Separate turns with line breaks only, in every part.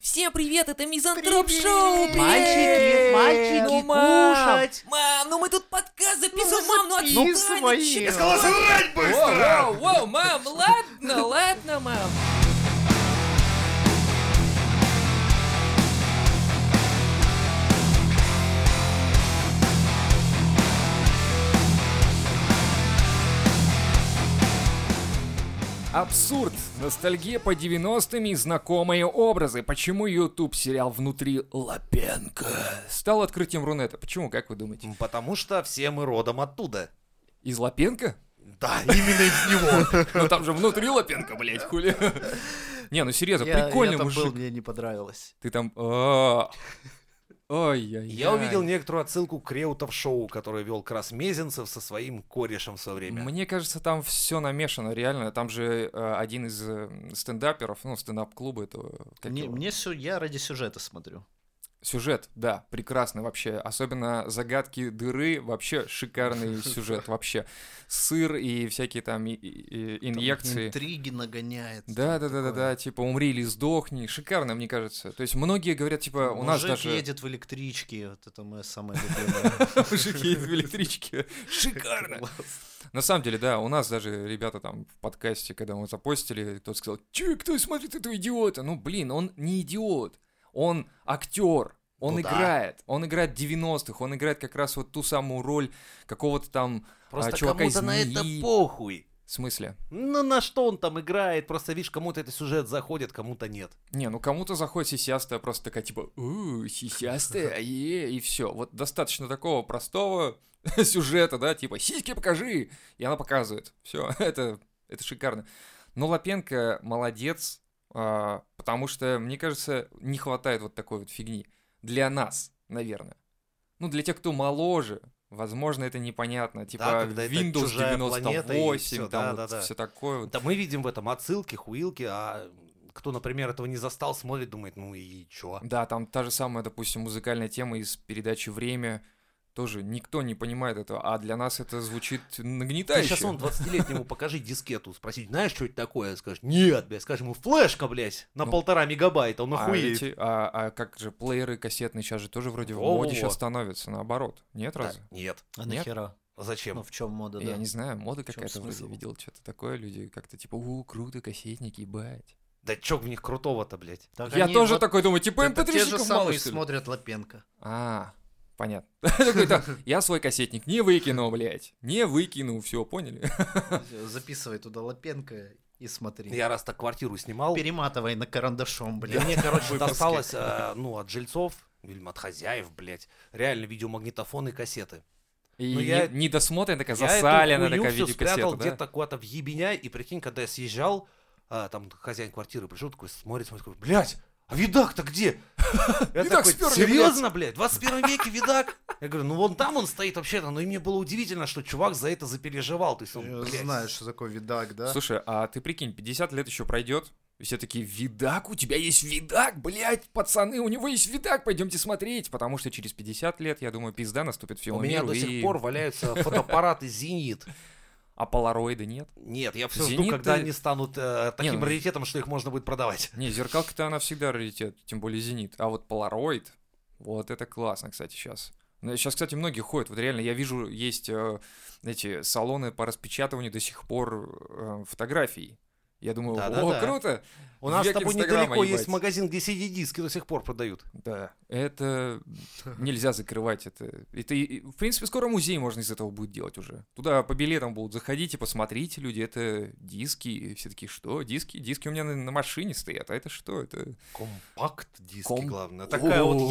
Всем привет, это Мизантроп Шоу!
Привет!
привет!
Мальчики, мальчики,
Ну, мам!
кушать!
Мам, ну мы тут подкаст записываем, мам, ну
записывай.
отстань! ну чё
Я
ты?
сказал,
жрать
Воу, воу, мам, ладно, ладно, мам.
Абсурд, ностальгия по 90-м и знакомые образы. Почему YouTube сериал «Внутри Лапенко» стал открытием Рунета? Почему, как вы думаете?
Потому что все мы родом оттуда.
Из Лапенко?
Да, именно из него.
Ну там же «Внутри Лапенко», блять, хули. Не, ну серьезно,
Я, я
прикольный
там был,
мужик.
мне не понравилось.
Ты там... а. ой яй
Я увидел некоторую отсылку к Реутов шоу, которое вел Крас Мезенцев со своим корешем в свое время.
Мне кажется, там все намешано, реально. Там же э, один из э, стендаперов, ну, стендап-клуба этого... как
Мне,
его?
мне сю- я ради сюжета смотрю.
Сюжет, да, прекрасный вообще. Особенно загадки дыры, вообще шикарный сюжет вообще. Сыр и всякие там и- и-
Там
и инъекции.
Интриги нагоняет.
Да, да, да, да,
такое.
да, типа умри или сдохни. Шикарно, мне кажется. То есть многие говорят, типа, у нас
Мужик
даже
едет в электричке, вот это мое самое любимое.
мужики едут в электричке. Шикарно. На самом деле, да, у нас даже ребята там в подкасте, когда мы запостили, кто сказал, че, кто смотрит этого идиота? Ну, блин, он не идиот, он актер, он
Ну да.
играет, он играет 90-х, он играет как раз вот ту самую роль какого-то там,
Просто
А чувака из
кому-то на это
НИИ.
похуй.
в смысле?
Ну на что он там играет? Просто видишь, кому-то этот сюжет заходит, кому-то нет.
Не, ну кому-то заходит сисястая, просто такая типа, у сисястая, е, и все. Вот достаточно такого простого сюжета, да, типа, сиськи покажи, и она показывает. Все, это, это шикарно. Но Лапенко молодец, а, потому что, мне кажется, не хватает вот такой вот фигни. Для нас, наверное. Ну, для тех, кто моложе, возможно, это непонятно. Типа
когда это
Windows
чужая планета и
98,
всё,
там
да,
вот
да, да.
все такое. вот.
Да мы видим в этом отсылки, хуилки, а кто, например, этого не застал, смотрит, думает, ну и чё?
Да, там та же самая, допустим, музыкальная тема из передачи «Время». Тоже никто не понимает этого, а для нас это звучит нагнетающе.
сейчас он 20-летнему покажи дискету, спросить, знаешь, что это такое? Скажешь, нет, блядь, скажем ему, флешка, блядь, на
Ну.
полтора мегабайта, он
а,
охуеет.
эти- а- а как же плееры кассетные сейчас же тоже вроде в
Во-во.
моде сейчас становятся, наоборот. Нет
Да,
разве?
Нет,
А
Нет?
нахера? Ну
зачем?
в чем мода,
Я
да?
не знаю, мода
чем
какая-то вроде
смысл?
видел, что-то такое, люди как-то типа, у, круто, кассетники, ебать.
Да чё в них крутого-то, блядь?
Так
Я
они
тоже
вот
такой думаю, типа,
это Те же
mp3-щиков мало,
самые
что ли?
смотрят Лапенко.
А, понятно. Такой, «Так, Я свой кассетник не выкину, блядь. Не выкину, все, поняли?
Записывай туда Лапенко и смотри.
Я раз так квартиру снимал,
Перематывай на карандашом,
и
блядь.
мне, короче,
выпуске.
досталось, э, ну, от жильцов, или от хозяев, блядь, реально видеомагнитофоны и кассеты.
И
Ну,
не-
я-
недосмотренная такая
Я эту
засаленная
хую
такая
всю спрятал
видеокассета, да?
где-то куда-то в ебеня, и прикинь, когда я съезжал, а, там хозяин квартиры пришел, такой смотрит, смотрит, такой, блядь, а видак-то где? Я
Видак
такой,
сперли,
серьезно, блядь, в 21 веке видак? Я говорю, ну вон там он стоит вообще-то, но и мне было удивительно, что чувак за это запереживал, то есть он,
Э,
блядь,
Знаешь, что такое видак, да?
Слушай, а ты прикинь, 50 лет еще пройдет, и все такие, видак, у тебя есть видак, блядь, пацаны, у него есть видак, пойдемте смотреть, потому что через 50 лет, я думаю, пизда наступит всему
у меня
миру,
до сих
и-
пор валяются фотоаппараты «Зенит».
а полароида нет.
Нет, я все жду,
«Зенит»
когда
ты-
они станут э, таким
ну-
раритетом, что их можно будет продавать.
Не, зеркалка-то она всегда раритет, тем более зенит, а вот полароид, вот это классно, кстати, сейчас. Сейчас, кстати, многие ходят. Вот реально, я вижу, есть э, эти салоны по распечатыванию до сих пор э, фотографий. Я думаю, о,
Да-да-да.
круто!
У нас с
Век
тобой
Инстаграма,
недалеко есть
ебать.
магазин, где CD-диски до сих пор продают.
Да, это нельзя закрывать это. Это, и- в принципе, скоро музей можно из этого будет делать уже. Туда по билетам будут заходить и посмотреть люди. Это диски. И все такие, что? Диски? Диски у меня на, на машине стоят. А это что? Это...
Компакт диски,
Ком-
главное. Такая
О.
вот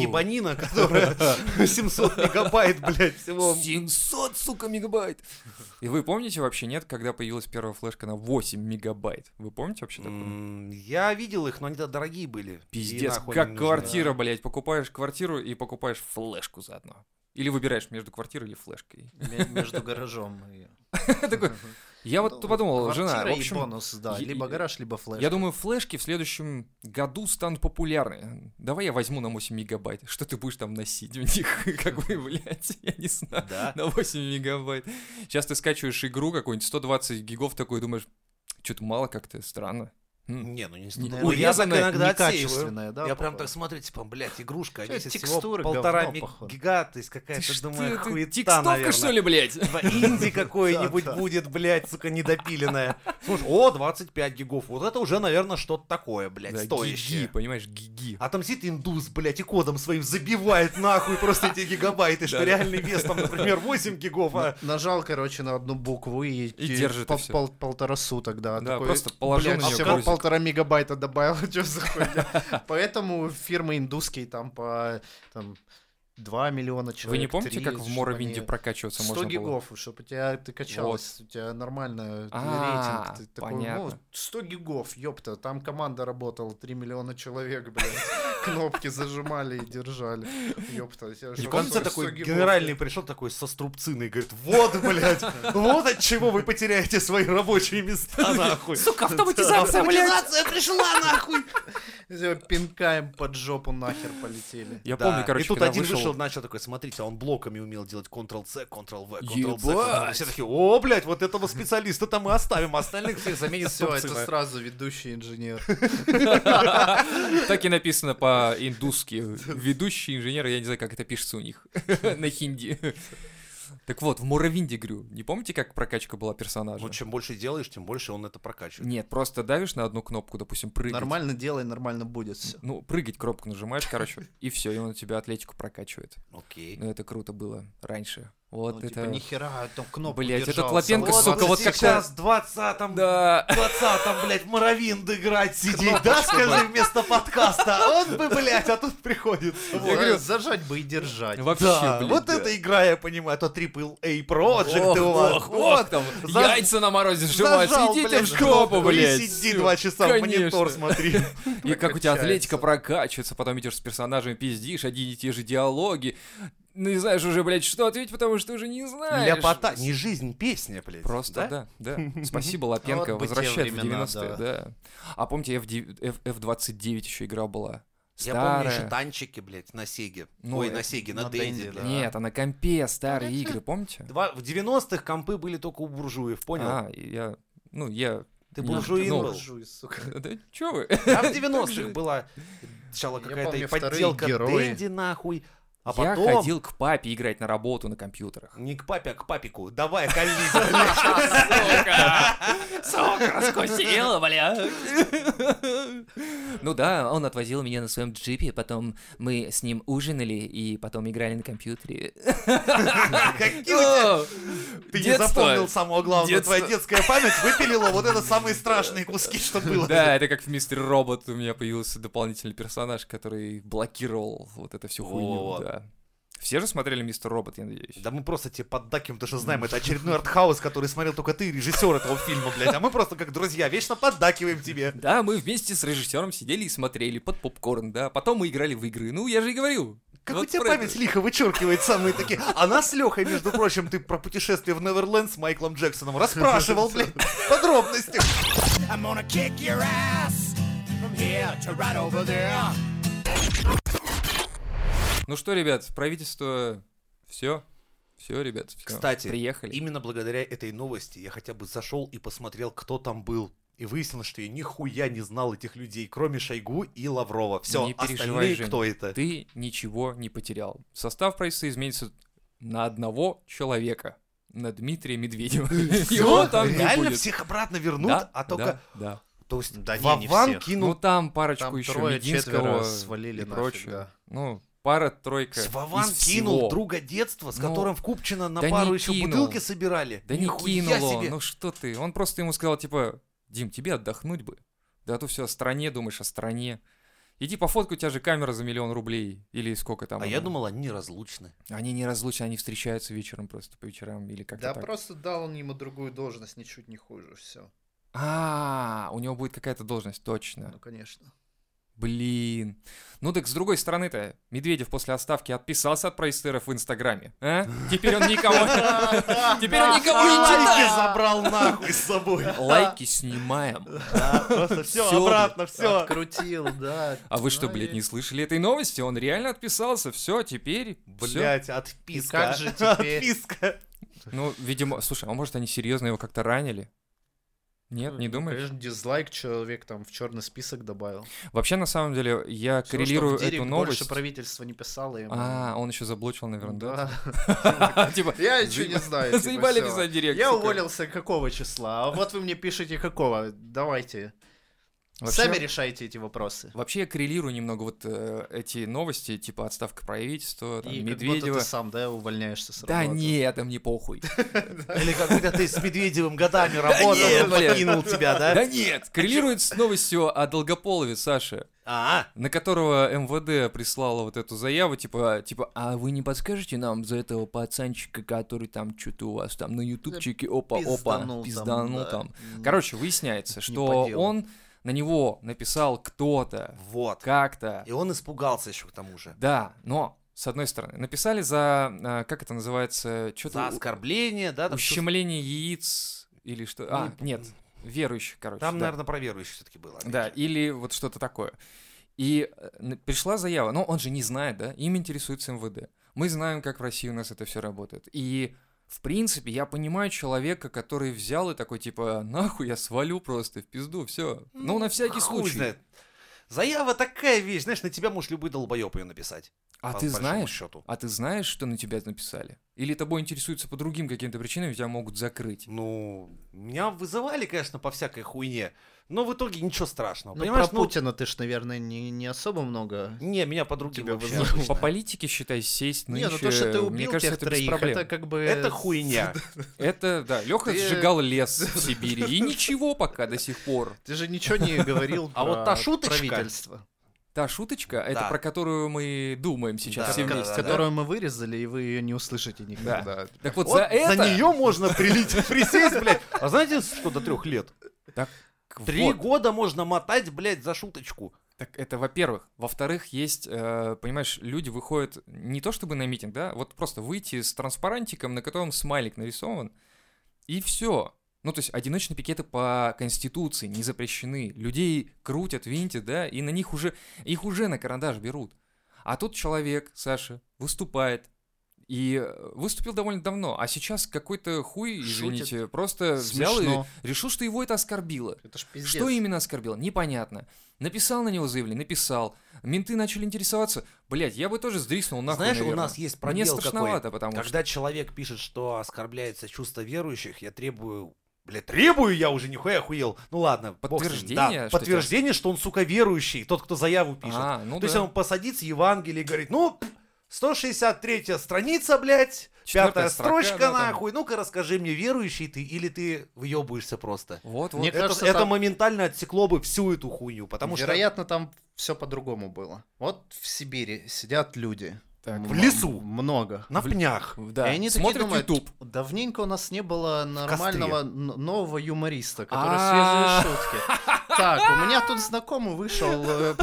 ебанина, которая 700 мегабайт, блядь, всего.
700, сука, мегабайт! И вы помните вообще, нет, когда появилась первая флешка на 8 мегабайт? Вы помните вообще такое?
М, Я видел их, но они-то дорогие были. И
Пиздец,
нахуй
как
они нужны.
квартира, блядь. Покупаешь квартиру и покупаешь флешку заодно. Или выбираешь между квартирой или флешкой.
Ме- Между гаражом. и-
Такой, Я вот
Ну,
подумал, жена, в
квартира и
общем,
бонус, да.
е-
Либо
е-
гараж, либо флеш.
Я думаю, флешки в следующем году станут популярны. Давай я возьму на 8 мегабайт. Что ты будешь там носить в них? Как бы, блядь, я не знаю.
Да.
На 8 мегабайт. Сейчас ты скачиваешь игру какую-нибудь, 120 гигов такой, думаешь, что-то мало как-то, странно. М.
Не, ну не
Не-
Ой, я так
урезанная,
иногда отсеиваю.
Некачественная, да?
Я прям так
попа?
смотрю, типа, блядь, игрушка,
Чё,
они сейчас всего
текстуры
полтора
говно,
миг-
походу.
гига, то есть
Ты
какая-то,
ж-
думаю,
ты- ты
хуета,
Текстовка, что
наверное.
ли, блядь?
Типа, инди какое-нибудь
Да-да.
будет, блядь, сука, недопиленное. Слушай, о, 25 гигов, вот это уже, наверное, что-то такое, блядь,
Да, гиги,
стоящее.
понимаешь, гиги.
А там сидит индус, блядь, и кодом своим забивает нахуй просто эти гигабайты, что
Да-да.
реальный вес там, например, 8 гигов, а
На- Нажал, короче, на одну букву и,
И держит, и
пол-
всё.
пол- полтора суток, да.
Да,
такой,
просто положил
«Блядь,
на неё
всего
грузик».
полтора мегабайта добавил, что за хуйня. Поэтому фирмы индусские там по там, 2 миллиона
А
человек.
Вы не помните,
3,
как в
чтоб
Моровинде
они-
прокачиваться
100
можно было?
гигов, чтобы у тебя ты качалась, у тебя нормально
А,
рейтинг. Ты такой, ну,
понятно.
100 гигов, ёпта, там команда работала, 3 миллиона человек, блядь. Кнопки зажимали и держали. Ёпта, я же
Ну,
И в
в
конце
100
такой
гигов,
генеральный пришел такой со струбциной и говорит, вот, блядь, вот от чего вы потеряете свои рабочие места, нахуй.
Сука, автоматизация, блядь!
Автоматизация пришла, нахуй!
Всё, Пинкаем под жопу нахер полетели.
Я
Да,
помню, короче,
и тут
когда
один
вышел-
вышел, начал такой, смотрите, а он блоками умел делать Ctrl-C, Ctrl-V, Ctrl-C.
Ебать!
Все такие, о, блядь, вот этого специалиста там мы оставим, а остальных всех заменит
Все, это
струбцина.
сразу ведущий инженер.
Так и написано по-индусски. Ведущий инженер, я не знаю, как это пишется у них на хинди. Так вот, в Муравинде, говорю, не помните, как прокачка была персонажа?
Ну, чем больше делаешь, тем больше он это прокачивает.
Нет, просто давишь на одну кнопку, допустим, прыгать.
Нормально делай, нормально будет все.
Ну, прыгать кнопку нажимаешь, короче, и все, и он у тебя атлетику прокачивает.
Окей.
Ну, это круто было раньше. Вот
ну,
это...
типа, нихера, там кнопку
Блядь, этот
держал,
Лапенко,
залазил.
сука, вот как-
сейчас в 20-м,
Да,
20-м, блядь, Моровинд играть, сидеть, да, скажи, вместо подкаста. Он бы, блядь, а тут приходит.
Вот, э,
говорю-
Зажать бы и держать.
вообще,
Да,
блин,
вот
да.
это игра, я понимаю, то AAA Project у вас.
ох,
Вот,
ох, там
за-
яйца на морозе сжимают,
Зажал,
сидите
блядь,
в жопу,
кнопку
блядь.
И сиди
всё.
два часа в монитор
Конечно.
смотри.
И как у тебя
Прокачается.
атлетика прокачивается, потом идешь с персонажами, пиздишь, одни и те же диалоги. Ну, не знаешь уже, блядь, что ответить, потому что уже не знаешь.
Ляпота, не жизнь, песня, блядь.
Просто, да, да. Спасибо,
Вот
Лапенко,
бы те
возвращает в
времена,
90-е,
да.
да. А помните, F9 F- F29 еще игра была?
Я помню
Старая.
еще танчики, блядь, на Сеге.
Ну,
Ой,
э,
на Сеге, на
на
Денди.
Денди,
да.
Нет, а на компе старые игры, помните?
Два- В 90-х компы были только у буржуев, понял?
А, я... Ну, я...
Ты
не-
буржуин
ну,
был.
Буржуй, сука.
Да чё вы?
А в 90-х была сначала
Я
какая-то
помню,
и
вторые
подделка
герои.
Дэнди нахуй, а
Я
потом...
ходил к папе играть на работу на компьютерах.
Не к папе, а к папику. Давай, колись.
Сука! Сука, раскусила, бля! Ну да, он отвозил меня на своем джипе, потом мы с ним ужинали и потом играли на компьютере.
Какие у тебя Ты не
Детство.
запомнил самого главного.
Детство.
Твоя детская память выпилила вот это самые страшные куски, что было.
Да, это как в Мистер Робот у меня появился дополнительный персонаж, который блокировал вот эту всю хуйню,
Вот.
да. Все же смотрели Мистер Робот, я надеюсь.
Да мы просто тебе поддакиваем, потому что знаем, это очередной артхаус, который смотрел только ты, режиссер этого фильма, блядь. А мы просто как друзья вечно поддакиваем тебе.
Да, мы вместе с режиссером сидели и смотрели под попкорн, да. Потом мы играли в игры. Ну, я же и говорил.
Как у
Вот
тебя
про это.
память лихо вычеркивает самые такие. А нас, Лехой, между прочим, ты про путешествие в Неверленд с Майклом Джексоном расспрашивал, блядь, в подробностях.
I'm gonna kick your ass from here to right over there.
Ну что, ребят, правительство... Все. Все, ребят, всё.
Кстати,
приехали.
Именно благодаря этой новости я хотя бы зашел и посмотрел, кто там был. И выяснилось, что я нихуя не знал этих людей, кроме Шойгу и Лаврова. Все,
Не переживай,
остальные
Жень.
кто это?
Ты ничего не потерял. Состав правительства изменится на одного человека. На Дмитрия Медведева. Его там не
Реально
будет.
всех обратно вернут,
Да,
а
да,
только...
да.
То есть
Да не, не
Вован
всех.
Ну,
кинул...
там парочку
Там
еще
трое,
Мединского
четверо свалили
и
нафиг,
прочее.
да.
Ну, пара-тройка
с Вован
из
кинул
всего.
друга детства, с
Ну,
которым в Купчино на
да не
пару еще
кинул.
бутылки собирали.
Да не
Нихуя
кинул он,
себе.
ну что ты? Он просто ему сказал, типа, Дим, тебе отдохнуть бы. Да а то все о стране думаешь, о стране. Иди пофоткай, у тебя же камера за миллион рублей. Или сколько там.
А я
она.
думал, они неразлучны.
Они не разлучны, они встречаются вечером просто по вечерам или как-то
Да
так.
просто дал он ему другую должность, ничуть не хуже, все.
А, у него будет какая-то должность, точно.
Ну, конечно.
Блин. Ну так с другой стороны-то, Медведев после отставки отписался от проистеров в Инстаграме. А? Теперь он никого... Теперь он никого не
Лайки
читает.
забрал нахуй с собой.
Лайки снимаем.
Да, просто все,
Всё,
обратно, все.
Открутил, да.
А вы что, блядь, не слышали этой новости? Он реально отписался. Все, теперь. всё.
Блять, отписка.
И как же теперь?
Отписка.
Ну, видимо, слушай, а может они серьезно его как-то ранили? Нет, не думаешь?
Конечно, дизлайк человек там в черный список добавил.
Вообще, на самом деле, я
Всё,
коррелирую
чтоб в
эту
Директ
новость.
Больше правительство не писало ему. Ну,
А, он еще заблочил, наверное, да?
Да.
Типа,
Я ничего не
заеба-
знаю. типа,
Заебали
всё.
писать директ.
Я
сука.
уволился какого числа? А вот вы мне пишете какого. Давайте.
Вообще-
Сами решайте эти вопросы.
Вообще я коррелирую немного вот э, эти новости, типа отставка правительства, там,
И как будто
Медведева.
ты сам, да, увольняешься с
Да
работы.
нет, это мне похуй.
Или как когда ты с Медведевым годами работал,
нет,
он
блин.
покинул тебя, да?
Да нет, коррелирует с новостью о Долгополове, Саша,
А,
на которого МВД прислала вот эту заяву, типа, типа, а вы не подскажете нам за этого пацанчика, который там что-то у вас там на ютубчике, опа-опа,
Пизданул там,
пизданул
да.
там.
М.
Короче, выясняется,
Не
что
по делу.
он, на него написал кто-то,
вот.
как-то,
И он испугался еще к тому же.
Да, но, с одной стороны, написали за, а, как это называется,
За
что-то
оскорбление, да? Там, чувств-
ущемление яиц или что... А,
Ну,
нет, верующих, короче.
там
да.
наверное, про верующих все-таки было. опять
Да,
же.
или вот что-то такое. И э, н- пришла заява, но он же не знает, да, им интересуется МВД. Мы знаем, как в России у нас это все работает. И, в принципе, я понимаю человека, который взял и такой, типа, нахуй я свалю просто в пизду, все. Ну, на всякий
Хуй
случай.
знает. Заява такая вещь, знаешь, на тебя может любой долбоеб ее написать.
А
по
ты
большому
знаешь,
счету.
А ты знаешь, что на тебя написали? Или тобой интересуются по другим каким-то причинам, и тебя могут закрыть?
Ну, меня вызывали, конечно, по всякой хуйне, но в итоге ничего страшного.
Ну,
понимаешь,
про
ну,
Путина ты ж, наверное, не, не особо много.
не, меня по другим
Тебя
вообще
вызывали.
обычно.
Ну, По политике, считай, сесть
Не,
нынче,
ну то, что ты
мне
убил
кажется,
тех
это без
троих,
проблем.
это как бы...
Это хуйня.
Это, да, Леха
Ты-
сжигал лес в Сибири, и ничего пока до сих пор.
Ты же ничего не говорил
А
про
вот та шуточка,
правительство,
Та шуточка, это
Да.
про которую мы думаем сейчас
Да,
все
да,
вместе.
да, да.
которую мы вырезали, и вы ее не услышите никогда.
Так вот,
Вот
за это...
нее можно прилить, присесть, блядь. А знаете, что до трех лет?
Вот.
Три года можно мотать, блядь, за шуточку.
Так это, во-первых. Во-вторых, есть, э, понимаешь, люди выходят не то чтобы на митинг, да, вот просто выйти с транспарантиком, на котором смайлик нарисован, и все. Ну, то есть одиночные пикеты по Конституции не запрещены. Людей крутят, винтят, да, и на них уже, их уже на карандаш берут. А тут человек, Саша, выступает, и э, выступил довольно давно, а сейчас какой-то хуй,
Шутит.
извините, просто взял
Смешно.
и решил, что его это оскорбило.
Это ж пиздец.
Что именно оскорбил? Непонятно. Написал на него заявление, написал. Менты начали интересоваться. Блять, я бы тоже сдриснул нахуй,
Знаешь, у
наверное.
нас есть
Мне
пробел какой.
страшновато, потому что...
Когда человек пишет, что оскорбляется чувство верующих, я требую... Бля, требую я уже, нихуя охуел. Ну ладно, бог с ним,
Подтверждение,
да.
что
Подтверждение, что он, сука, верующий, тот, кто заяву пишет.
А, ну
То есть
да.
он посадится Евангелие и говорит, ну, 163 страница, блядь,
Четвёртая
пятая
строка,
строчка,
да, там.
нахуй, ну-ка расскажи мне, верующий ты или ты въебываешься просто.
Вот, вот.
Мне
Это,
кажется,
это
там-
моментально отсекло бы всю эту хуйню, потому
Вероятно, там все по-другому было. Вот в Сибири сидят люди.
Так.
М-
В лесу.
Много.
что на пнях.
Да.
И они
Смотрят
такие думают,
YouTube.
давненько у нас не было нормального н- нового юмориста, который
А.
свежие шутки. Так, у меня тут знакомый вышел э,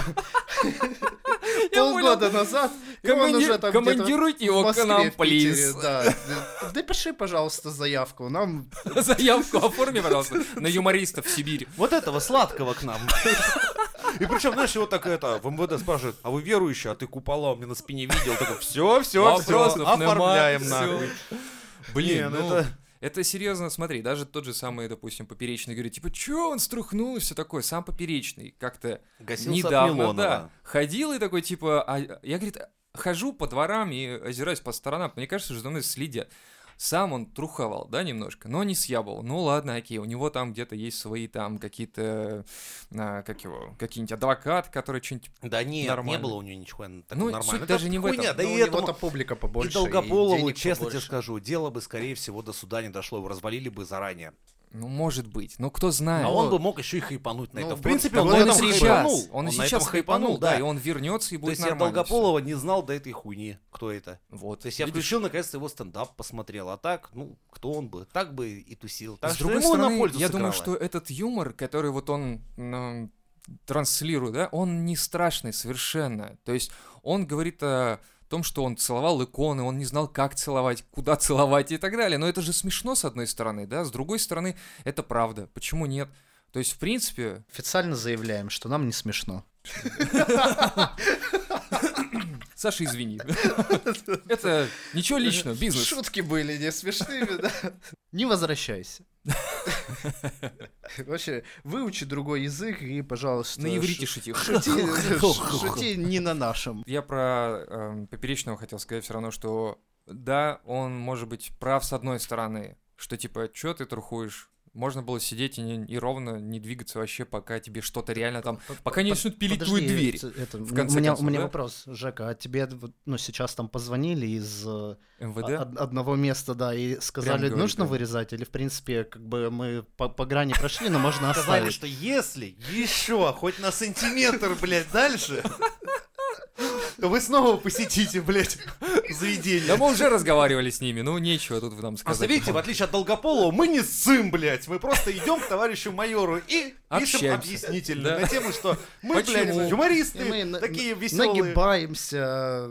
полгода назад, и он
Команди-
уже там где-то
Командируйте
в
его к
Москве,
нам,
в Питере,
плиз.
да. Напиши, пожалуйста, заявку. Нам
Заявку оформи, пожалуйста, на юмористов в Сибирь.
Вот этого сладкого к нам. И причем, знаешь, его так это, в МВД спрашивают, а вы верующий, а ты купола у меня на спине видел? Такой, все, все, все,
Вопросов нема,
оформляем
всё.
нахуй.
Блин,
Не, ну
ну...
это-
Это серьезно, смотри, даже тот же самый, допустим, поперечный говорит, типа, чё он струхнул и все такое, сам поперечный как-то
Гасился
недавно, да, ходил и такой, типа, а- я, говорит, хожу по дворам и озираюсь по сторонам, мне кажется, что за мной следят. Сам он труховал, да, немножко, но не съябал. Ну ладно, окей, у него там где-то есть свои там какие-то, а, как его, какие-нибудь адвокаты, которые что-нибудь...
Да не, не
Нормально.
было у него ничего такого
Ну,
нормального.
суть
Это
даже не в
хуйня,
этом.
Да
ну,
и
у
этому
него-то публика побольше.
и Долгополову,
денег
честно тебе
побольше.
скажу, дело бы, скорее всего, до суда не дошло, его развалили бы заранее.
Ну, может быть, ну кто знает.
А он бы мог еще и хайпануть на
Ну,
это. В
вот
принципе,
так
он
он
на
и
этом
сейчас,
хайпанул.
он, и
на
сейчас
этом
хайпанул, да, и он вернется и
То
будет
есть я
нормально. всё.
Долгополова не знал до этой хуйни, кто это.
Вот.
То есть я
видишь?
включил, наконец-то его стендап посмотрел. А так, ну, кто он бы? Так бы и тусил. Так
С
что
другой
ему
стороны,
на пользу
я думаю, что
сыграло.
этот юмор, который вот он м, транслирует, да, он не страшный совершенно. То есть он говорит о том, что он целовал иконы, он не знал, как целовать, куда целовать и так далее. Но это же смешно, с одной стороны, да, с другой стороны, это правда. Почему нет? То есть, в принципе,
Официально заявляем, что нам не смешно.
Саша, извини. Это ничего личного, бизнес.
Шутки были не смешными, да? Не возвращайся. Вообще, выучи другой язык и, пожалуйста...
На иврите
ш-
шути.
шути, ш- шути не на нашем.
Я про эм, Поперечного хотел сказать все равно, что да, он может быть прав с одной стороны, что типа, что ты трухуешь? Можно было сидеть и, не- и ровно не двигаться вообще, пока тебе что-то
а
реально там... Пока не начнут пилить
Подожди,
твою дверь.
ц- это,
в
у
конце
меня,
концов,
у меня
да?
вопрос, Жека, а тебе вот, ну, сейчас там позвонили из э,
а,
МВД?
од- одного места, да, и сказали,
говорит,
нужно
да.
вырезать, или в принципе, как бы мы по, по грани прошли, но можно
Сказали,
оставить.
что если еще хоть на сантиметр, блядь, дальше, то вы снова посетите, блядь, заведение.
Да мы уже разговаривали с ними, ну нечего тут нам
Просто
сказать.
видите, в отличие от Долгополова, мы не ссым, блять, Мы просто идем к товарищу майору и пишем
Общаемся.
объяснительно
Да.
на тему, что мы,
Почему?
блядь,
И
юмористы,
мы на-
такие
на-
веселые.
Нагибаемся,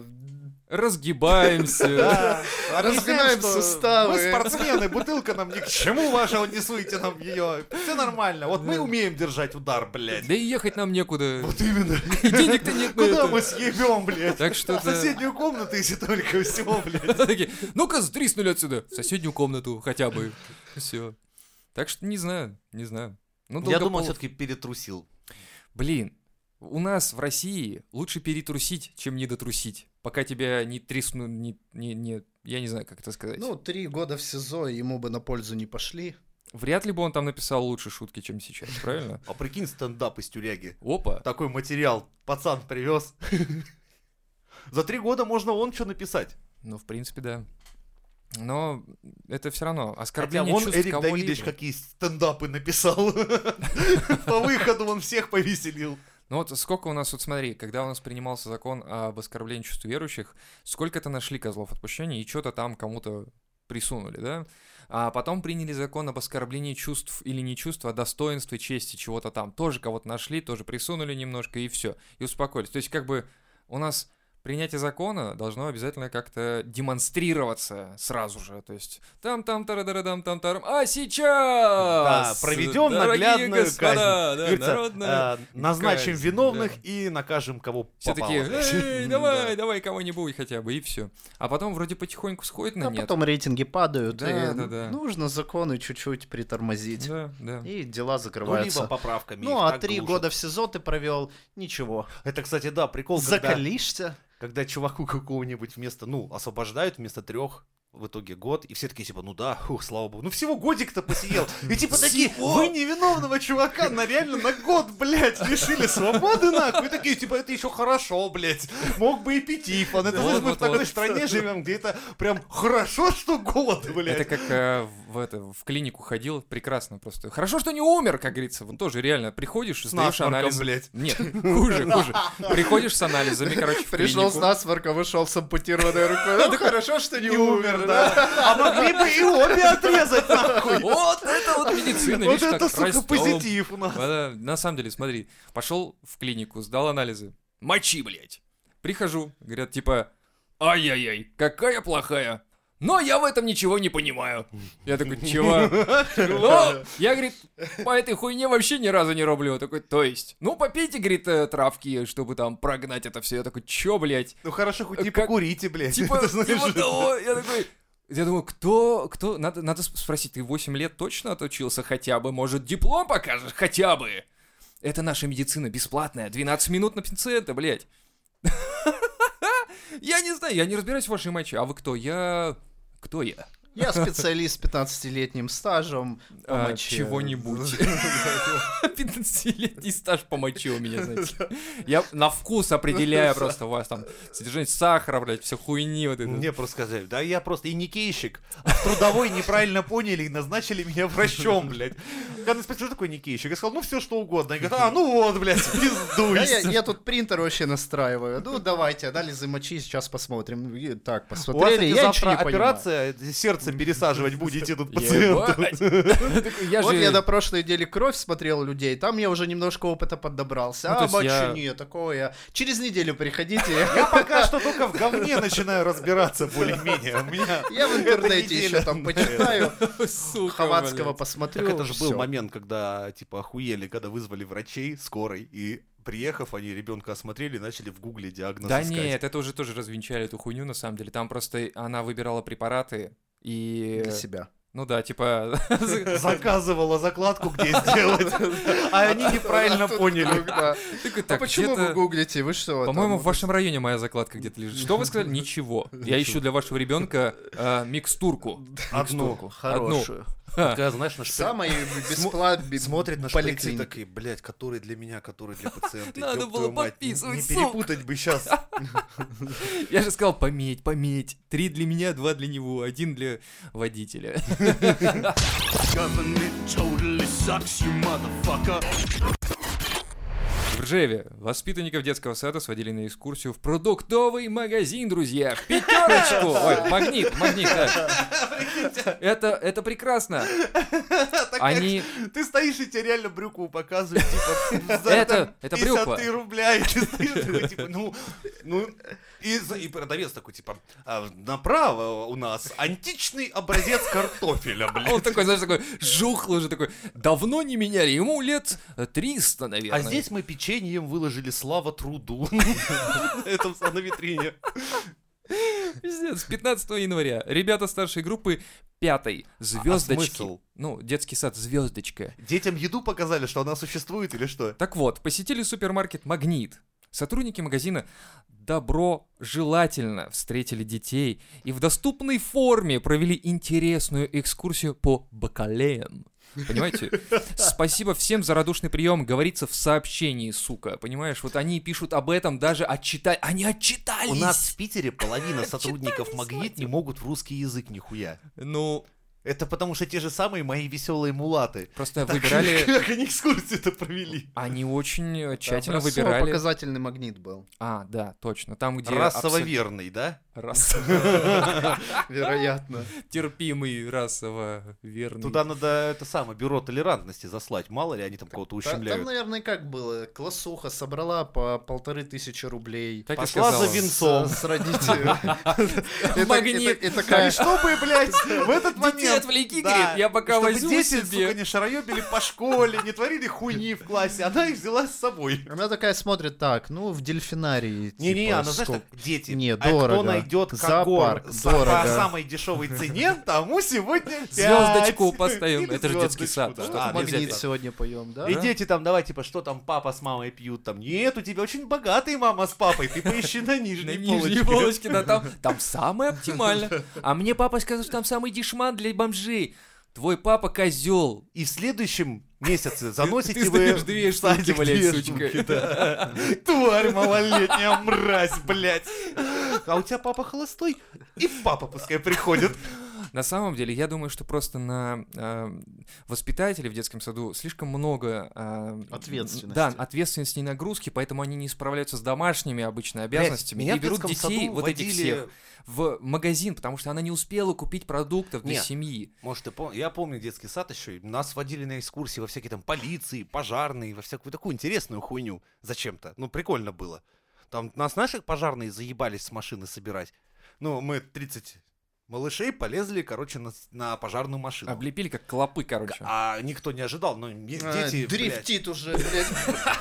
Разгибаемся.
Да. Объясняем,
Разгибаем
что
суставы.
Мы спортсмены, бутылка нам ни к чему ваша, вот не суйте нам ее. Все нормально. Вот мы умеем держать удар, блядь.
Да и ехать нам некуда.
Вот именно.
И денег-то нет на
Куда
это.
мы а съебем, блядь?
Так что
В соседнюю комнату, если только всего, блядь.
Такие, ну-ка, стриснули отсюда. В соседнюю комнату хотя бы. Все. Так что не знаю, не знаю. Ну, Долгополов-
все-таки перетрусил.
Блин, у нас в России лучше перетрусить, чем не дотрусить. Пока тебя не трясну, не, не, не- я не знаю, как это сказать.
ну, три года в СИЗО, ему бы на пользу не пошли.
Вряд ли бы он там написал лучше шутки, чем сейчас, правильно?
А прикинь, стендап из тюряги.
Опа.
Такой материал пацан привез. За три года можно он что написать.
Ну, в принципе, да. Но это все равно
Хотя
оскорбление
он
чувств
Эрик
кого-либо.
Давидович какие стендапы написал. По выходу он всех повеселил.
Ну вот сколько у нас, вот смотри, когда у нас принимался закон об оскорблении чувств верующих, сколько-то нашли козлов отпущения и что-то там кому-то присунули, да? А потом приняли закон об оскорблении чувств или не чувств, а достоинства, чести, чего-то там. Тоже кого-то нашли, тоже присунули немножко и все. И успокоились. То есть как бы у нас принятие закона должно обязательно как-то демонстрироваться сразу же. То есть там там тарадарадам там тарам а
Да,
сейчас!
проведем
дорогие
наглядную
господа,
казнь.
да,
Говорится,
народная
э, Назначим
казнь,
виновных
да.
и накажем кого
все такие,
попало.
«Эй, давай, давай кого-нибудь хотя бы, и все. А потом вроде потихоньку сходит на
а
Ну, нет.
потом рейтинги падают,
Да,
и
да, да.
нужно законы чуть-чуть притормозить.
Да, да.
И дела
Ну,
закрываются.
либо поправками.
Ну,
их
а
так
три
глушат.
года в СИЗО ты провел, ничего.
Это, кстати, да, прикол, когда,
Закалишься.
когда чуваку какого-нибудь вместо, ну, освобождают вместо трех в итоге год, и все такие, типа, ну да, ух, слава богу, ну всего годик-то посидел. И типа такие, вы невиновного чувака на реально на год, блядь, лишили свободы, нахуй. И такие, типа, это еще хорошо, блядь, мог бы и пятифон. Это
Да,
знаешь,
вот,
мы в
вот,
такой
вот.
стране живем, где это прям хорошо, что год,
Это
блядь.
как э, в, это, в клинику ходил, прекрасно просто. Хорошо, что не умер, как говорится. Вот тоже реально приходишь, и
С
сдаешь
насморком,
анализ.
блядь.
Нет, хуже, хуже. Приходишь с анализами, короче, в
Пришел с
клинику.
насморка, вышел с ампутированной рукой. Ну, хорошо, что не умер, да.
А могли бы и обе отрезать, нахуй.
Вот это вот медицина,
Вот
видишь, так
это, сука,
растём.
позитив у нас.
Да-да, На самом деле, смотри, пошел в клинику, сдал анализы. Мочи, блядь. Прихожу, говорят, типа, ай-яй-яй, какая плохая. Но я в этом ничего не понимаю. Я такой, чего? Ну, я, говорит, по этой хуйне вообще ни разу не рублю. Я такой, то есть? Ну, попейте, говорит, э, травки, чтобы там прогнать это все. Я такой, чё, блядь?
Ну хорошо, хоть не
Как-
покурите, блядь.
Типа,
Это, знаешь,
типа того. Я такой... Я думаю, кто, кто, надо, надо сп- спросить, ты 8 лет точно отучился хотя бы, может, диплом покажешь хотя бы? Это наша медицина бесплатная, 12 минут на пациента, блядь. Я не знаю, я не разбираюсь в вашей матче, а вы кто? Я... Кто я?
Я специалист с 15-летним стажем. по
А,
моче.
Чего-нибудь. 15-летний стаж по моче у меня, знаете. Я на вкус определяю просто у вас там содержание сахара, блядь, все хуйни вот это.
Мне просто сказали, да я просто и никейщик. А в трудовой неправильно поняли и назначили меня врачом, блядь. Когда спросил, что такое никейщик, я сказал, ну все что угодно. Я говорю, а, ну вот, блядь,
Да,
пиздуй.
я, я тут принтер вообще настраиваю. Ну, давайте, анализы мочи сейчас посмотрим. И Так,
У вас,
посмотрели,
кстати,
я ничего
завтра
не
операция, сердце пересаживать будете тут пациенту.
Ебать. Такой,
понимаю.
Я
Вот я
же
на прошлой неделе кровь смотрел людей, там я уже немножко опыта подобрался.
Ну, то
а
есть
мочу
я-
нет, такое. я- Через неделю приходите.
Я пока что только в говне начинаю разбираться более-менее. У меня
Я в
эта
интернете
неделя.
еще там почитаю,
Сука,
Хованского
блядь.
посмотрю.
Так это же был
всё.
момент, когда типа охуели, когда вызвали врачей скорой и приехав, они ребенка осмотрели, начали в гугле диагноз
Да
искать.
нет, это уже
Э,
тоже развенчали эту хуйню, на самом деле. Там просто она выбирала препараты и...
Для себя.
Ну да, типа...
Заказывала закладку, где сделать. А они неправильно поняли.
Да. А
такой, «Так,
почему
где-то-
вы гуглите? Вы что? там
По-моему, в
вот
вашем районе моя закладка где-то лежит. Что вы сказали? Ничего. Я ищу для вашего ребенка э, микстурку.
Одну хорошую. Когда, знаешь, на шприц-
Самые бесплатные.
смотрит на шприцы такие, блядь, которые для меня, которые для пациента.
Надо
ёб
было
твою мать, не-
подписывать,
Не
сука.
перепутать бы сейчас.
Я же сказал, пометь, пометь. Три для меня, два для него, один для водителя.
Government totally sucks, you motherfucker.
В Ржеве воспитанников детского сада сводили на экскурсию в продуктовый магазин, друзья. В пятерочку! Ой, магнит, магнит, да. Это, это прекрасно. Они...
Ты стоишь, и тебе реально брюкву показывают, типа, за
Это-
там
это брюква.
53 рубля, и ты стоишь, такой, типа, ну, ну, и, за- и продавец такой, типа, «А, направо у нас античный образец картофеля,
а Он
блядь.
такой, знаешь, такой жухлый уже такой. Давно не меняли, ему лет э, 300, наверное.
А здесь мы печеньем выложили слава труду. Это всё на витрине.
Пиздец, 15 января. Ребята старшей группы пятой. Звездочки.
смысл?
ну, детский сад, звездочка.
Детям еду показали, что она существует или что?
Так вот, посетили супермаркет «Магнит». Сотрудники магазина добро желательно встретили детей и в доступной форме провели интересную экскурсию по бакалеям. Понимаете? Спасибо всем за радушный прием, говорится в сообщении, сука. Понимаешь, вот они пишут об этом даже отчитать. Они отчитались!
У нас в Питере половина сотрудников Магнит не могут в русский язык нихуя.
Ну,
Это потому что те же самые мои веселые мулаты.
просто выбирали...
Как они экскурсию-то провели?
Они очень э, тщательно
образцово
выбирали...
показательный магнит был,
А, да, точно. Там, где...
Расово
абсо-
верный, да?
Расово-
вероятно.
Терпимый, расово верный.
Туда надо это самое бюро толерантности заслать, мало ли они там кого-то
Та- Там,
ущемляют.
наверное, как было, классуха собрала по полторы тысячи рублей.
Как и
Пошла за
сказала.
вин-
С-
Сом.
С родителями. Это-
Магнит.
это- это такая-
чтобы, блядь, в этот
Детей отвлеки, говорит, я пока
чтобы
возьму
дети,
себе.
сука, не шароебили по школе, не творили хуйни в классе, она их взяла с собой.
Она такая смотрит, так, ну, в дельфинарии.
Не-не,
типа,
она, знаешь,
сколько-
так, дети,
Не,
а кто
дорого.
найдет
Зоопарк,
когор по
дорого.
самой дешевой цене, тому сегодня пять.
Звездочку поставим.
Или
Это же детский сад, что
звездочку, да.
там
А,
нельзя
магнит
Магнит
делать.
сегодня поем, да?
И дети там, давай, типа, что там папа с мамой пьют, там, нет, у тебя очень богатый мама с папой, ты поищи на
На
нижней
нижней
полочке.
полочке, да, там, там самое оптимально. А мне папа сказал, что там самый дешман для бомжей. Твой папа козел.
И в следующем месяце заносите
ты
вы
сдаешь две
в
штуки,
садик
блядь,
две
сучка.
штуки, да. Тварь малолетняя, мразь, блядь. А у тебя папа холостой, и папа пускай приходит.
На самом деле, я думаю, что просто на э, воспитателей в детском саду слишком много э,
Ответственности.
Да, ответственности и нагрузки, поэтому они не справляются с домашними обычно обязанностями
меня
и
в
берут
детском
детей
саду
вот этих
водили-
всех в магазин, потому что она не успела купить продуктов для
Нет.
семьи.
Может, ты пом- я помню детский сад еще, и нас водили на экскурсии во всякие там полиции, пожарные, во всякую такую интересную хуйню зачем-то. Ну, прикольно было. Там нас наших пожарные заебались с машины собирать. Ну, мы 30 малышей полезли, короче, на, с- на пожарную машину.
Облепили как клопы, короче.
А никто не ожидал, но м-
А,
дети, блядь,
Дрифтит уже, блядь,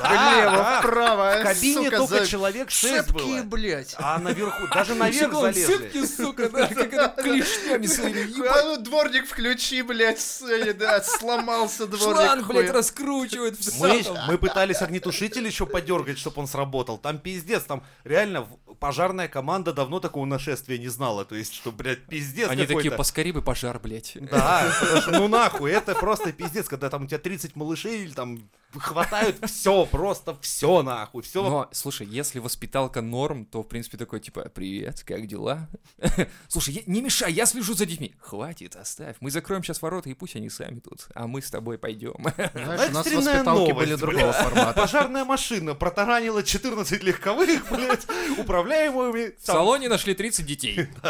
да.
влево, вправо.
в кабине
сука,
только
за
человек 6
Шепки,
было.
блядь.
А наверху, даже наверх
Щеглом
залезли.
сетки, сука, да, как это клешнями своими,
А
ебать.
ну, дворник включи, блядь, с- э, да, сломался дворник.
Шланг, блядь,
хуя.
раскручивает в
Мы,
сад.
мы пытались огнетушитель еще подергать, чтобы он сработал. Там пиздец, там реально в- пожарная команда давно такого нашествия не знала. То есть, что, блядь, пиздец
Они
какой-то.
такие, поскорее бы пожар, блядь.
Да, потому что, ну нахуй, это просто пиздец, когда там у тебя 30 малышей или там хватают все, просто все нахуй, все.
Но, слушай, если воспиталка норм, то, в принципе, такой, типа, привет, как дела? Слушай, я- не мешай, я слежу за детьми. Хватит, оставь. Мы закроем сейчас ворота, и пусть они сами тут. А мы с тобой пойдем.
Знаешь, у нас
Экстренная
воспиталки
новость,
были другого
блядь.
формата.
А Пожарная машина протаранила 14 легковых, блядь, управляемыми.
В
Там
салоне нашли 30 детей.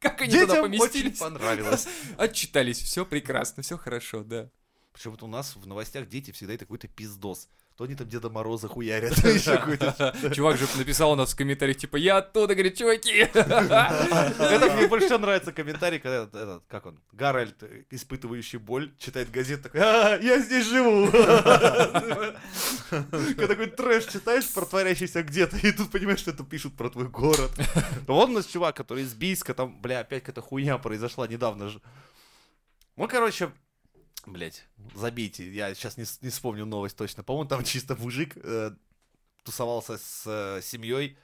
Как они туда
Детям очень
поместились?
понравилось.
Отчитались, все прекрасно, все хорошо, да.
Почему-то у нас в новостях дети всегда это какой-то пиздос. То они там Деда Мороза хуярят, то еще какой-то
Чувак же написал у нас в комментариях, типа, я оттуда, говорит, чуваки.
Это мне больше всего нравится комментарий, когда этот, этот, как он, Гарольд, э, испытывающий боль, читает газету, такой, «А, я здесь живу. Когда такой трэш читаешь, протворящийся где-то, и тут понимаешь, что это пишут про твой город. Вон у нас чувак, который из Бийска, там, бля, опять какая-то хуйня произошла недавно же. Ну, короче, блять, забейте, я сейчас не, с- не вспомню новость точно. По-моему, там чисто мужик э, тусовался с э, семьей,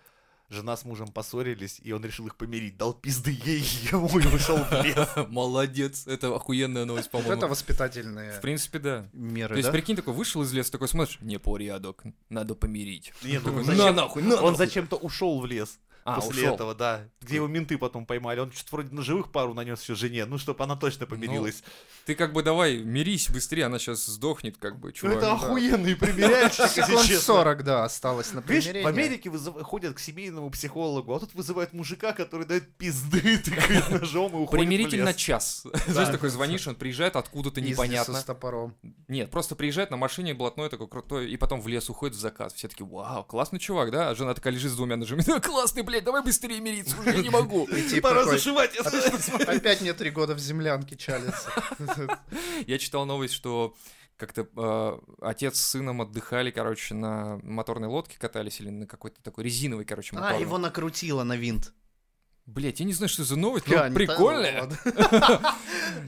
жена с мужем поссорились, и он решил их помирить, дал пизды ей и ему и вышел в лес.
Молодец, это охуенная новость,
Вот это
по-моему.
воспитательные
В принципе, да.
меры,
То есть,
да?
прикинь, такой вышел из леса, такой смотришь, не порядок, надо помирить.
Не, ну,
Такой,
зачем-
на нахуй, на
Он
нахуй.
зачем-то ушел в лес
А,
после
ушел.
этого, да. Где его менты потом поймали. Он что-то вроде на живых пару нанес еще жене, ну, чтобы она точно помирилась. Ну,
Ты как бы давай, мирись быстрее, она сейчас сдохнет, как бы,
Ну,
чувак.
это охуенный примеряющий, если
Секунд
честно.
40, да, осталось на
Видишь,
примирение.
в Америке вызыв- ходят к семейному психологу, а тут вызывают мужика, который дает пизды, тыкает ножом и уходит
Примиритель
в
на
лес.
час. Знаешь, такой звонишь, он приезжает откуда-то
Бизнесы
непонятно.
с топором.
Нет, просто приезжает на машине блатной такой крутой, и потом в лес уходит в закат. Все такие, вау, классный чувак, да? А жена такая лежит с двумя ножами. «Да, Классный, блядь, давай быстрее мириться, уже я не могу.
И тип
Типа, Пора
такой,
зашивать,
А,
я слышно смотрю.
Опять мне три года в землянке чалится.
Ну, Я читал новость, что как-то э, отец с сыном отдыхали, короче, на моторной лодке катались или на какой-то такой резиновой, короче,
А,
моторной.
его накрутило на винт.
Блять, я не знаю, что за новость,
Я
но
не
прикольная.
понял,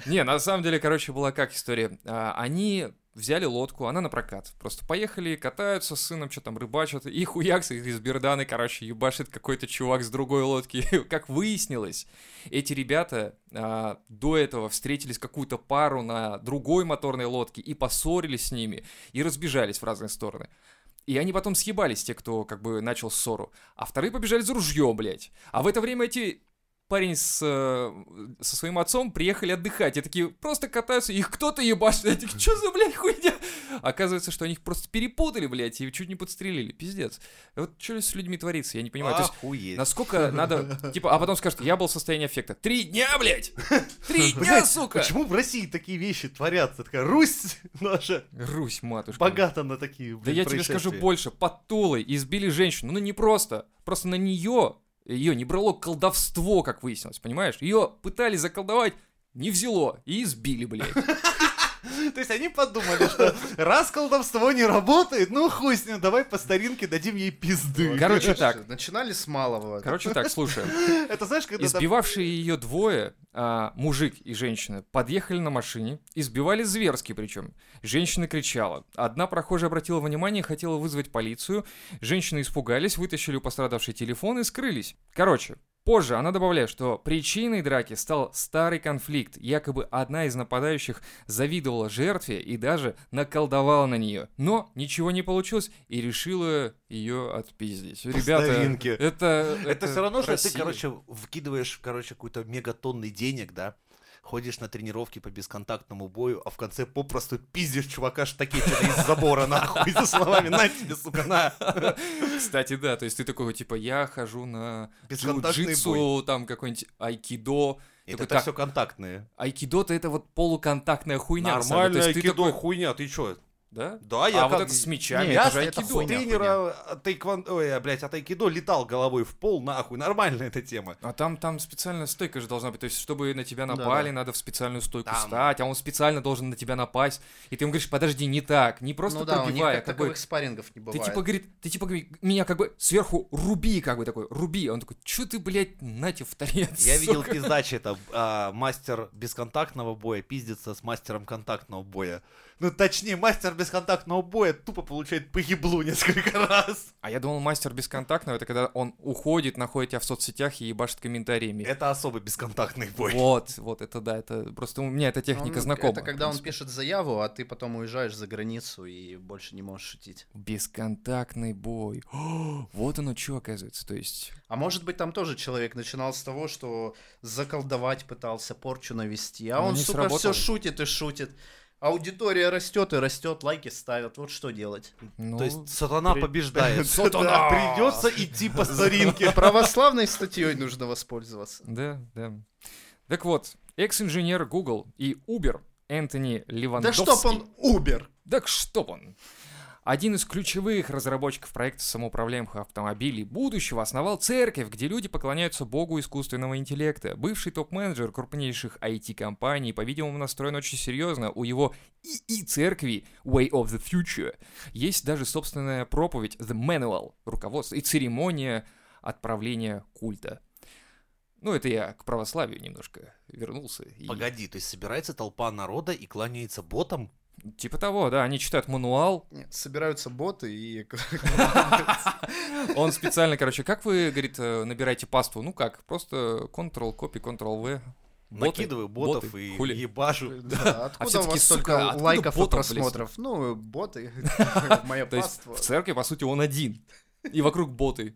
Не, на самом деле, короче, была как история. А, Они взяли лодку, она на прокат. Просто поехали, катаются с сыном, что там рыбачат, и хуякс их из берданы, короче, ебашит какой-то чувак с другой лодки. Как выяснилось, эти ребята а, до этого встретились какую-то пару на другой моторной лодке и поссорились с ними, и разбежались в разные стороны. И они потом съебались, те, кто как бы начал ссору. А вторые побежали за ружье, блядь. А в это время эти парень с, э, со своим отцом приехали отдыхать. И такие просто катаются, их кто-то ебашит. Я такие, что за, блядь, хуйня? Оказывается, что они их просто перепутали, блядь, и чуть не подстрелили. Пиздец. Вот что с людьми творится, я не понимаю. То есть
Охуеть.
Насколько надо, типа, а потом скажут, я был в состоянии эффекта. Три дня, блядь! Три дня, сука!
Почему в России такие вещи творятся? Такая Русь наша
Русь, матушка.
богата на такие,
Да
блин,
я тебе скажу
происшествия.
больше, под Тулой избили женщину, ну не просто, просто на нее, ее не брало колдовство, как выяснилось, понимаешь? Ее пытались заколдовать, не взяло, и избили, блядь.
То есть они подумали, что раз колдовство не работает, ну хуй с ним, давай по старинке дадим ей пизды.
Короче так,
Начинали с малого.
короче так, слушай,
Это знаешь, когда там-
избивавшие ее двое, а, мужик и женщина, подъехали на машине, избивали зверски причем. Женщина кричала. Одна прохожая обратила внимание, хотела вызвать полицию. Женщины испугались, вытащили у пострадавшей телефон и скрылись. Короче, позже она добавляет, что причиной драки стал старый конфликт. Якобы одна из нападающих завидовала жертве и даже наколдовала на нее. Но ничего не получилось и решила ее отпиздить. Ребята,
старинке.
это...
Это все равно, что ты,
Россия.
короче, вкидываешь, короче, какую-то мегатонны денег, да, ходишь на тренировки по бесконтактному бою, а в конце попросту пиздишь чувака штакетина из забора, нахуй, за словами «на тебе, сука, на».
Кстати, да, то есть ты такой, типа, я хожу на
Бесконтактный
джиу-джитсу, там какой-нибудь айкидо.
Нет,
Такой,
это
так,
все контактные.
Айкидо-то это вот полуконтактная хуйня. на самом деле.
Нормальная
То есть ты
айкидо
такой,
хуйня, ты чё?
да?
Да, я
а вот
как-
это с мечами,
Не,
это
это-
же
это
айкидо.
хуйня.
Тренера тайкван... Ой, а, блядь, от айкидо летал головой в пол, нахуй, нормальная эта тема.
А там, там специальная стойка же должна быть. То есть, чтобы на тебя
Да,
напали,
да.
надо в специальную стойку
Там.
встать, а он специально должен на тебя напасть. И ты ему говоришь, подожди, не так, не просто
Ну да, у них
пробивай, а
как
как бы-
таковых спаррингов не
Ты
бывает.
типа говорит, ты типа говорит, меня как бы сверху руби, как бы такой, руби. А Он такой, чё ты, блядь, на тебе в торец,
Я видел
сука?»
пиздачи, это а, мастер бесконтактного боя пиздится с мастером контактного боя. Ну, точнее, мастер бесконтактного боя тупо получает по еблу несколько раз.
А я думал, мастер бесконтактного, это когда он уходит, находит тебя в соцсетях и ебашит комментариями.
Это особый бесконтактный бой.
Вот, вот, это да, это просто у меня эта
Он-
техника знакома.
Ну, Это когда он пишет заяву, а ты потом уезжаешь за границу и больше не можешь шутить.
Бесконтактный бой. О, вот оно что оказывается, то есть...
А может быть, там тоже человек начинал с того, что заколдовать пытался, порчу навести, а
Но
он,
Ну, не
сука,
сработало.
все шутит и шутит. Аудитория растет и растет, лайки ставят. Вот что делать.
ну,
То есть сатана
при-
побеждает.
Сатана!
Придется идти по старинке.
Православной статьей нужно воспользоваться.
Да, да. Так вот, экс-инженер Google и Uber Энтони
Да
Левандовский...
чтоб он Убер.
Так чтоб он! Один из ключевых разработчиков проекта самоуправляемых автомобилей будущего основал церковь, где люди поклоняются богу искусственного интеллекта. Бывший топ-менеджер крупнейших IT-компаний, по-видимому, настроен очень серьезно. У его ИИ-церкви Way of the Future есть даже собственная проповедь The Manual, руководство и церемония отправления культа. Ну, это я к православию немножко вернулся. и-
Погоди, то есть собирается толпа народа и кланяется ботам?
Типа того, да, они читают мануал.
Нет, собираются боты и...
Он специально, короче, как вы, говорит, э, набираете паству? Ну как, просто Ctrl-Copy, Ctrl-V. Боты,
Накидываю ботов
боты,
и
хули.
ебажу.
Да, откуда у
А всё-таки,
вас
сука,
столько
откуда
лайков и
ботов, блядь,
просмотров? Ну, боты, мое
То есть
паство.
в церкви, по сути, он один. И вокруг боты.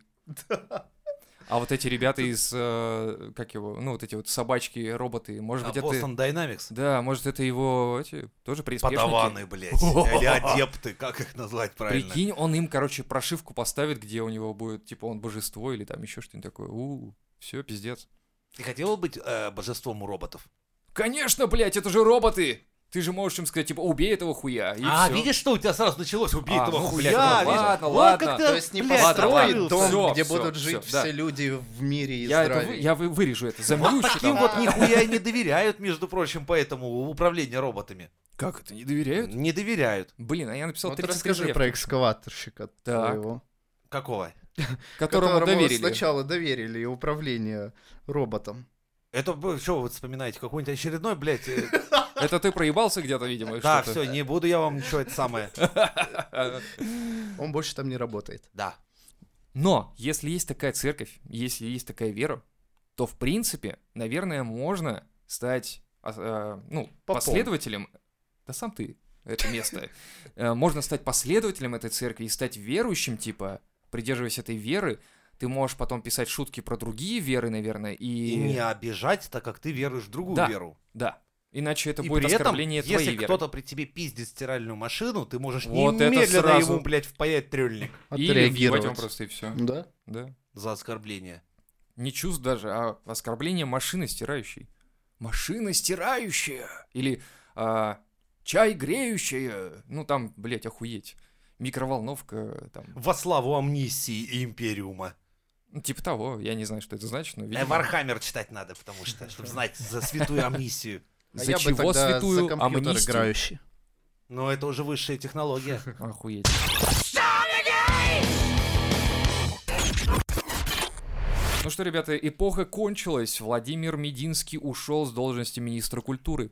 А вот эти ребята из, э, как его, ну вот эти вот собачки, роботы,
А,
может быть, а это...
Boston Dynamics.
Да, может, это его эти тоже приспешники.
Подаваны, блядь. Или адепты, как их назвать правильно?
Прикинь, он им, короче, прошивку поставит, где у него будет, типа, он божество или там еще что-нибудь такое. У, все, пиздец.
Ты хотел быть э, божеством у роботов?
Конечно, блядь, это же роботы! Ты же можешь им сказать, типа, убей этого хуя, и
а,
всё.
видишь, что у тебя сразу началось? Убей
А,
этого
ну,
хуя.
блядь, ну,
видишь?
ладно,
Вон
ладно.
как ты,
То есть не
блядь,
построить
открылся.
дом,
Всё,
где
всё,
будут
всё,
жить
да.
все люди в мире и
Я, это вы-
здравии.
я вы- вырежу это,
Вот
замьючу там.
таким вот нихуя и не доверяют, между прочим, поэтому управление роботами.
Как это, не доверяют?
Не доверяют.
Блин, а я написал
Вот
33
расскажи
заявки,
про экскаваторщика
Так.
твоего.
Какого?
которому, доверили.
сначала доверили управление роботом.
Это вы что вы вспоминаете? Какой-нибудь очередной, блядь? э,
Это ты проебался где-то, видимо, или
Да,
что-то?
все, не буду я вам ничего это самое.
Он больше там не работает.
Да.
Но если есть такая церковь, если есть такая вера, то в принципе, наверное, можно стать а, а, ну,
Попом.
последователем. Да сам ты это место. Э, Можно стать последователем этой церкви и стать верующим, типа, придерживаясь этой веры, ты можешь потом писать шутки про другие веры, наверное,
И
и...
не обижать, так как ты веруешь в другую
Да.
веру.
Да. Иначе это
И
будет
при этом,
оскорбление твоей
если
веры.
кто-то при тебе пиздит стиральную машину, ты можешь
Вот это
немедленно
сразу.
ему, блядь, впаять трёльник
Или въебать
Отреагировать.
вам просто и все.
Да?
Да.
за оскорбление.
Не чувств даже, а оскорбление машины стирающей. Машина стирающая! Или а, чай греющая! Ну там, блядь, охуеть. Микроволновка, там.
Во славу амнисии и империума.
Ну, типа того, я не знаю, что это значит, но
Э,
видимо,
Вархаммер читать надо, потому что, чтобы знать за святую амнисию.
А
за
я бы
чего
тогда
святую
за компьютер
амнистию?
играющий.
Но это уже высшая технология.
Охуеть. Ну что, ребята, эпоха кончилась. Владимир Мединский ушел с должности министра культуры.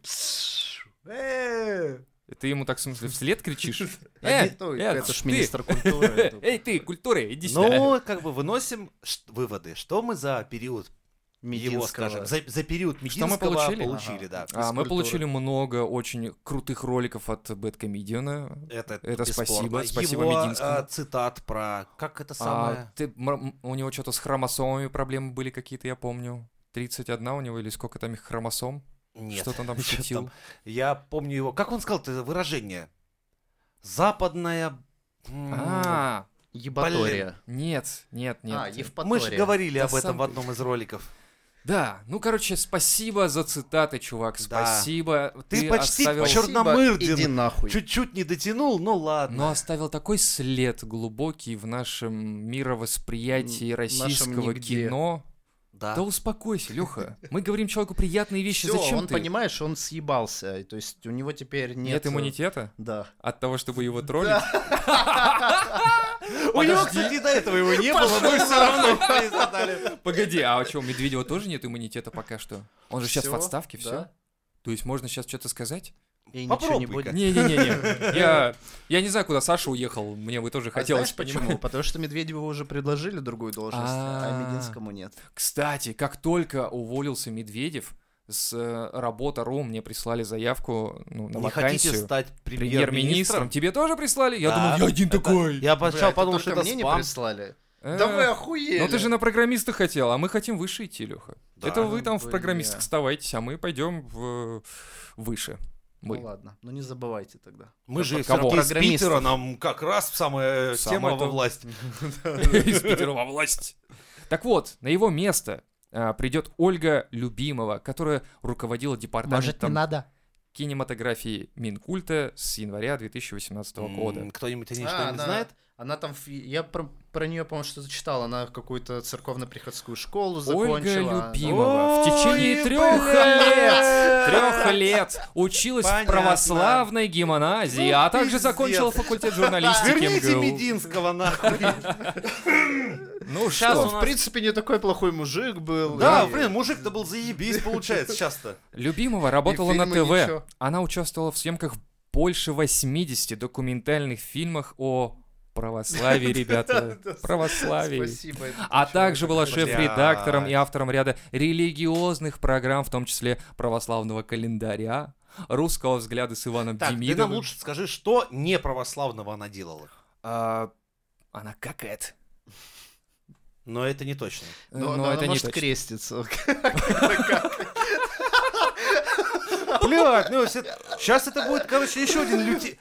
Э,
Ты ему так, в смысле, вслед кричишь? Э,
Ну,
э,
это ж
ты.
министр культуры. я думаю.
Эй, ты, культура, иди сюда.
Ну, как бы выносим ш- выводы. Что мы за период его,
Мединского.
скажем, за, за период
Что
Мединского
мы
получили,
получили?
да.
А, мы
физкультуры.
получили много очень крутых роликов от Бэткомедиана.
Это,
Это спасибо,
бесспорно.
спасибо
Его,
Мединскому.
а, цитат про... Как это
А,
самое?
ты, мр- у него что-то с хромосомами проблемы были какие-то, я помню. 31 у него или сколько там их хромосом?
Нет.
Что-то он там
Что
шутил.
там? Я помню его... Как он сказал это выражение? Западная... м,
А,
Ебатория.
нет, нет, нет.
А,
нет.
Евпатория.
Мы же говорили
Да
об этом
сам
в
ты.
одном из роликов.
Да, ну короче, спасибо за цитаты, чувак,
Да.
спасибо.
Ты почти
оставил...
почёр- Черномырдин.
Иди нахуй.
Чуть-чуть не дотянул, но ладно.
Но Ну, оставил такой след глубокий в нашем мировосприятии
М, нашем
российского
нигде.
кино.
Да.
Да успокойся, Леха. Мы говорим человеку приятные вещи.
Всё,
Зачем
он,
ты?
понимаешь, он съебался. и То есть у него теперь нет... э,
Нет иммунитета
Да.
от того, чтобы его троллить.
У него,
Подожди.
кстати, и до этого его не было, но все равно перезадали.
Погоди, а что, у Медведева тоже нет иммунитета пока что? Он же сейчас в
Всё,
отставке, все?
да.
То есть можно сейчас что-то сказать?
И ничего не
Попробуй-ка.
будет.
Не-не-не, я, я не знаю, куда Саша уехал, мне бы тоже
А
хотелось
знаешь почему?
понимать.
Потому что Медведеву уже предложили другую должность,
А.
а Мединскому нет.
Кстати, как только уволился Медведев, с э, работа РУ мне прислали заявку ну, на
Не хотите
вакансию.
стать
Премьер-министром.
премьер-министром?
Тебе тоже прислали? Я
Да.
думал, я один такой.
Я
Бля,
сначала
это
подумал, что
только
это
мне не
спам.
прислали.
Э,
Да вы охуели.
Но ты же на программиста хотел, а мы хотим выше идти, Леха.
Да. ну,
Это вы там в
Блин.
программистах оставайтесь, а мы пойдем в... э, выше. Мы.
Ну ладно, ну не забывайте тогда.
Мы же
Кого?
все-таки из
Программистов.
Питера, нам как раз самая э,
Самое
тема во
то.
власть.
Из Питера во власть. Так вот, на его место а, придет Ольга Любимова, которая руководила департаментом
надо?
кинематографии Минкульта с января 2018 года.
М, Кто-нибудь о ней
А,
что-нибудь
она-
знает?
Она там, фи- я про, про нее, по-моему, что-то читал. Она какую-то церковно-приходскую школу
Ольга
закончила. Ну,
Любимова в
Ой,
течение трех лет,
блядь!
трех лет училась в
Понятно.
православной гимназии,
Ну,
а также
пиздец.
закончила факультет журналистики
Верните
МГУ.
Мединского нахуй.
Ну
Сейчас
что,
у
в
нас-
принципе, не такой плохой мужик был.
Да,
и-
блин, мужик-то был заебись, получается, часто.
Любимого работала
И
на ТВ.
фильмы ничего.
Она участвовала в съемках больше 80 документальных фильмах о православии, ребята.
Да-да-да.
Православии.
Спасибо. это
А
очень
также была
хорошо.
шеф-редактором и автором ряда религиозных программ, в том числе православного календаря, русского взгляда с Иваном
Так, ты нам
Демидовым.
лучше скажи, что неправославного она делала.
А, она какает.
Но это не точно.
Но,
Но,
ну,
она
ну, это не
может
точно.
креститься.
Блядь, ну сейчас это будет, короче, еще один люте...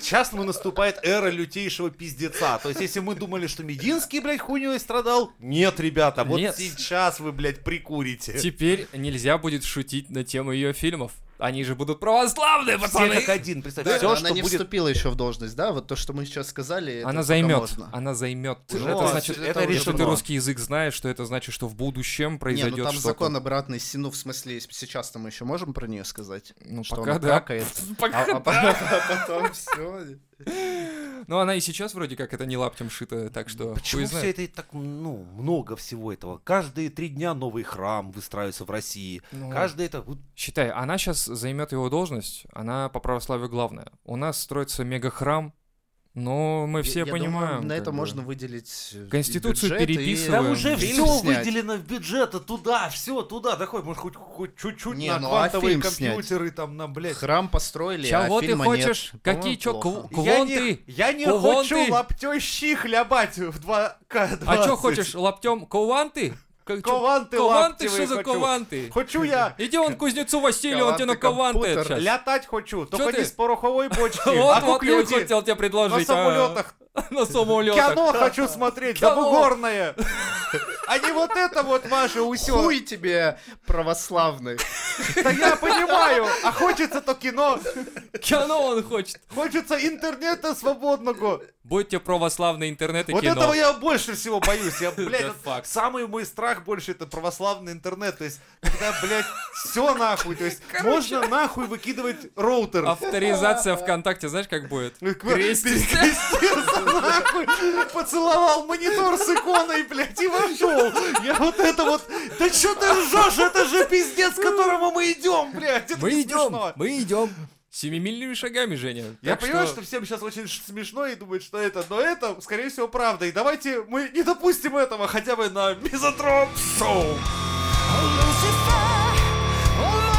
Сейчас мы наступает эра лютейшего пиздеца. То есть, если мы думали, что Мединский, блядь, хуйней страдал, нет, ребята, вот
Нет.
сейчас вы, блядь, прикурите.
Теперь нельзя будет шутить на тему ее фильмов. Они же будут православные,
Все
пацаны!
как один, представь,
Да,
все,
она
что
не
будет...
вступила еще в должность, да? Вот то, что мы сейчас сказали, это
Она
пока
займет.
можно.
Она займет.
Ну,
это значит,
это
если
решено.
ты русский язык знаешь, что это значит, что в будущем
Не,
произойдет
ну там
что-то.
закон обратный сину, в смысле, если сейчас-то мы еще можем про нее сказать?
Ну,
что
пока
она
да.
какает.
Пока
А- а
да.
потом- а потом все.
Ну, она и сейчас вроде как это не лаптем шито, так что
Почему
хуй
все
знает.
это и так, ну, много всего этого? Каждые три дня новый храм выстраивается в России.
Ну,
Каждый это... вот,
Считай, она сейчас займет его должность, она по православию главная. У нас строится мега-храм, но мы все
Я думаю,
понимаем.
На
как
это
бы.
можно выделить... э,
Конституцию
и бюджет, и-
переписываем.
Да уже
фильм
все
снять.
выделено в бюджет, а туда, все, туда, такой, может, хоть, хоть чуть-чуть
Не,
на
ну, а
квантовые
фильм снять?
компьютеры, там, на, блядь,
Храм построили,
Чего
а
ты
фильма
хочешь?
нет.
Какие чё,
По-моему,
кв-
плохо.
квон ты?
я не
Кулон ты?
хочу лаптей щи хлябать в 2К20.
А что хочешь, лаптем кованты? Как чё-
Кованты
Кованты,
лаптевые
что за
хочу.
кованты?
Хочу я
Иди он к кузнецу Василию, он тебе на кованты
Кованты,
отшаст.
лятать хочу, только
ты?
не с пороховой бочки, а
Вот, вот, я и
куклюки
хотел тебе
на
предложить. а.
самолетах.
На самолетах.
Кино хочу смотреть,
Кино.
да бугорное. А не вот это вот ваше усё.
Хуй тебе, православный.
Да я понимаю, а хочется-то кино,
Кино он хочет.
хочется интернета свободного.
Будет тебе православный интернет и
Вот
кино.
этого я больше всего боюсь. Я, блядь,
Это
вот
факт.
самый мой страх больше это православный интернет. То есть, когда, блядь, все нахуй. То есть, можно нахуй выкидывать роутер.
Авторизация ВКонтакте, знаешь, как будет?
Ну, к-
А крестик.
перекрестился нахуй, поцеловал монитор с иконой, блядь, и вошел. Я вот это вот... Да что ты ржешь? Это же пиздец, к которому мы идем, блядь. Это
Мы
не
идем,
смешно.
мы идем. Семимильными шагами, Женя.
Я
Так
понимаю, что всем сейчас очень ш- смешно и думают, что это, но это, скорее всего, правда. И давайте мы не допустим этого хотя бы на Мизотроп Шоу.
Oh, Lucifer, oh,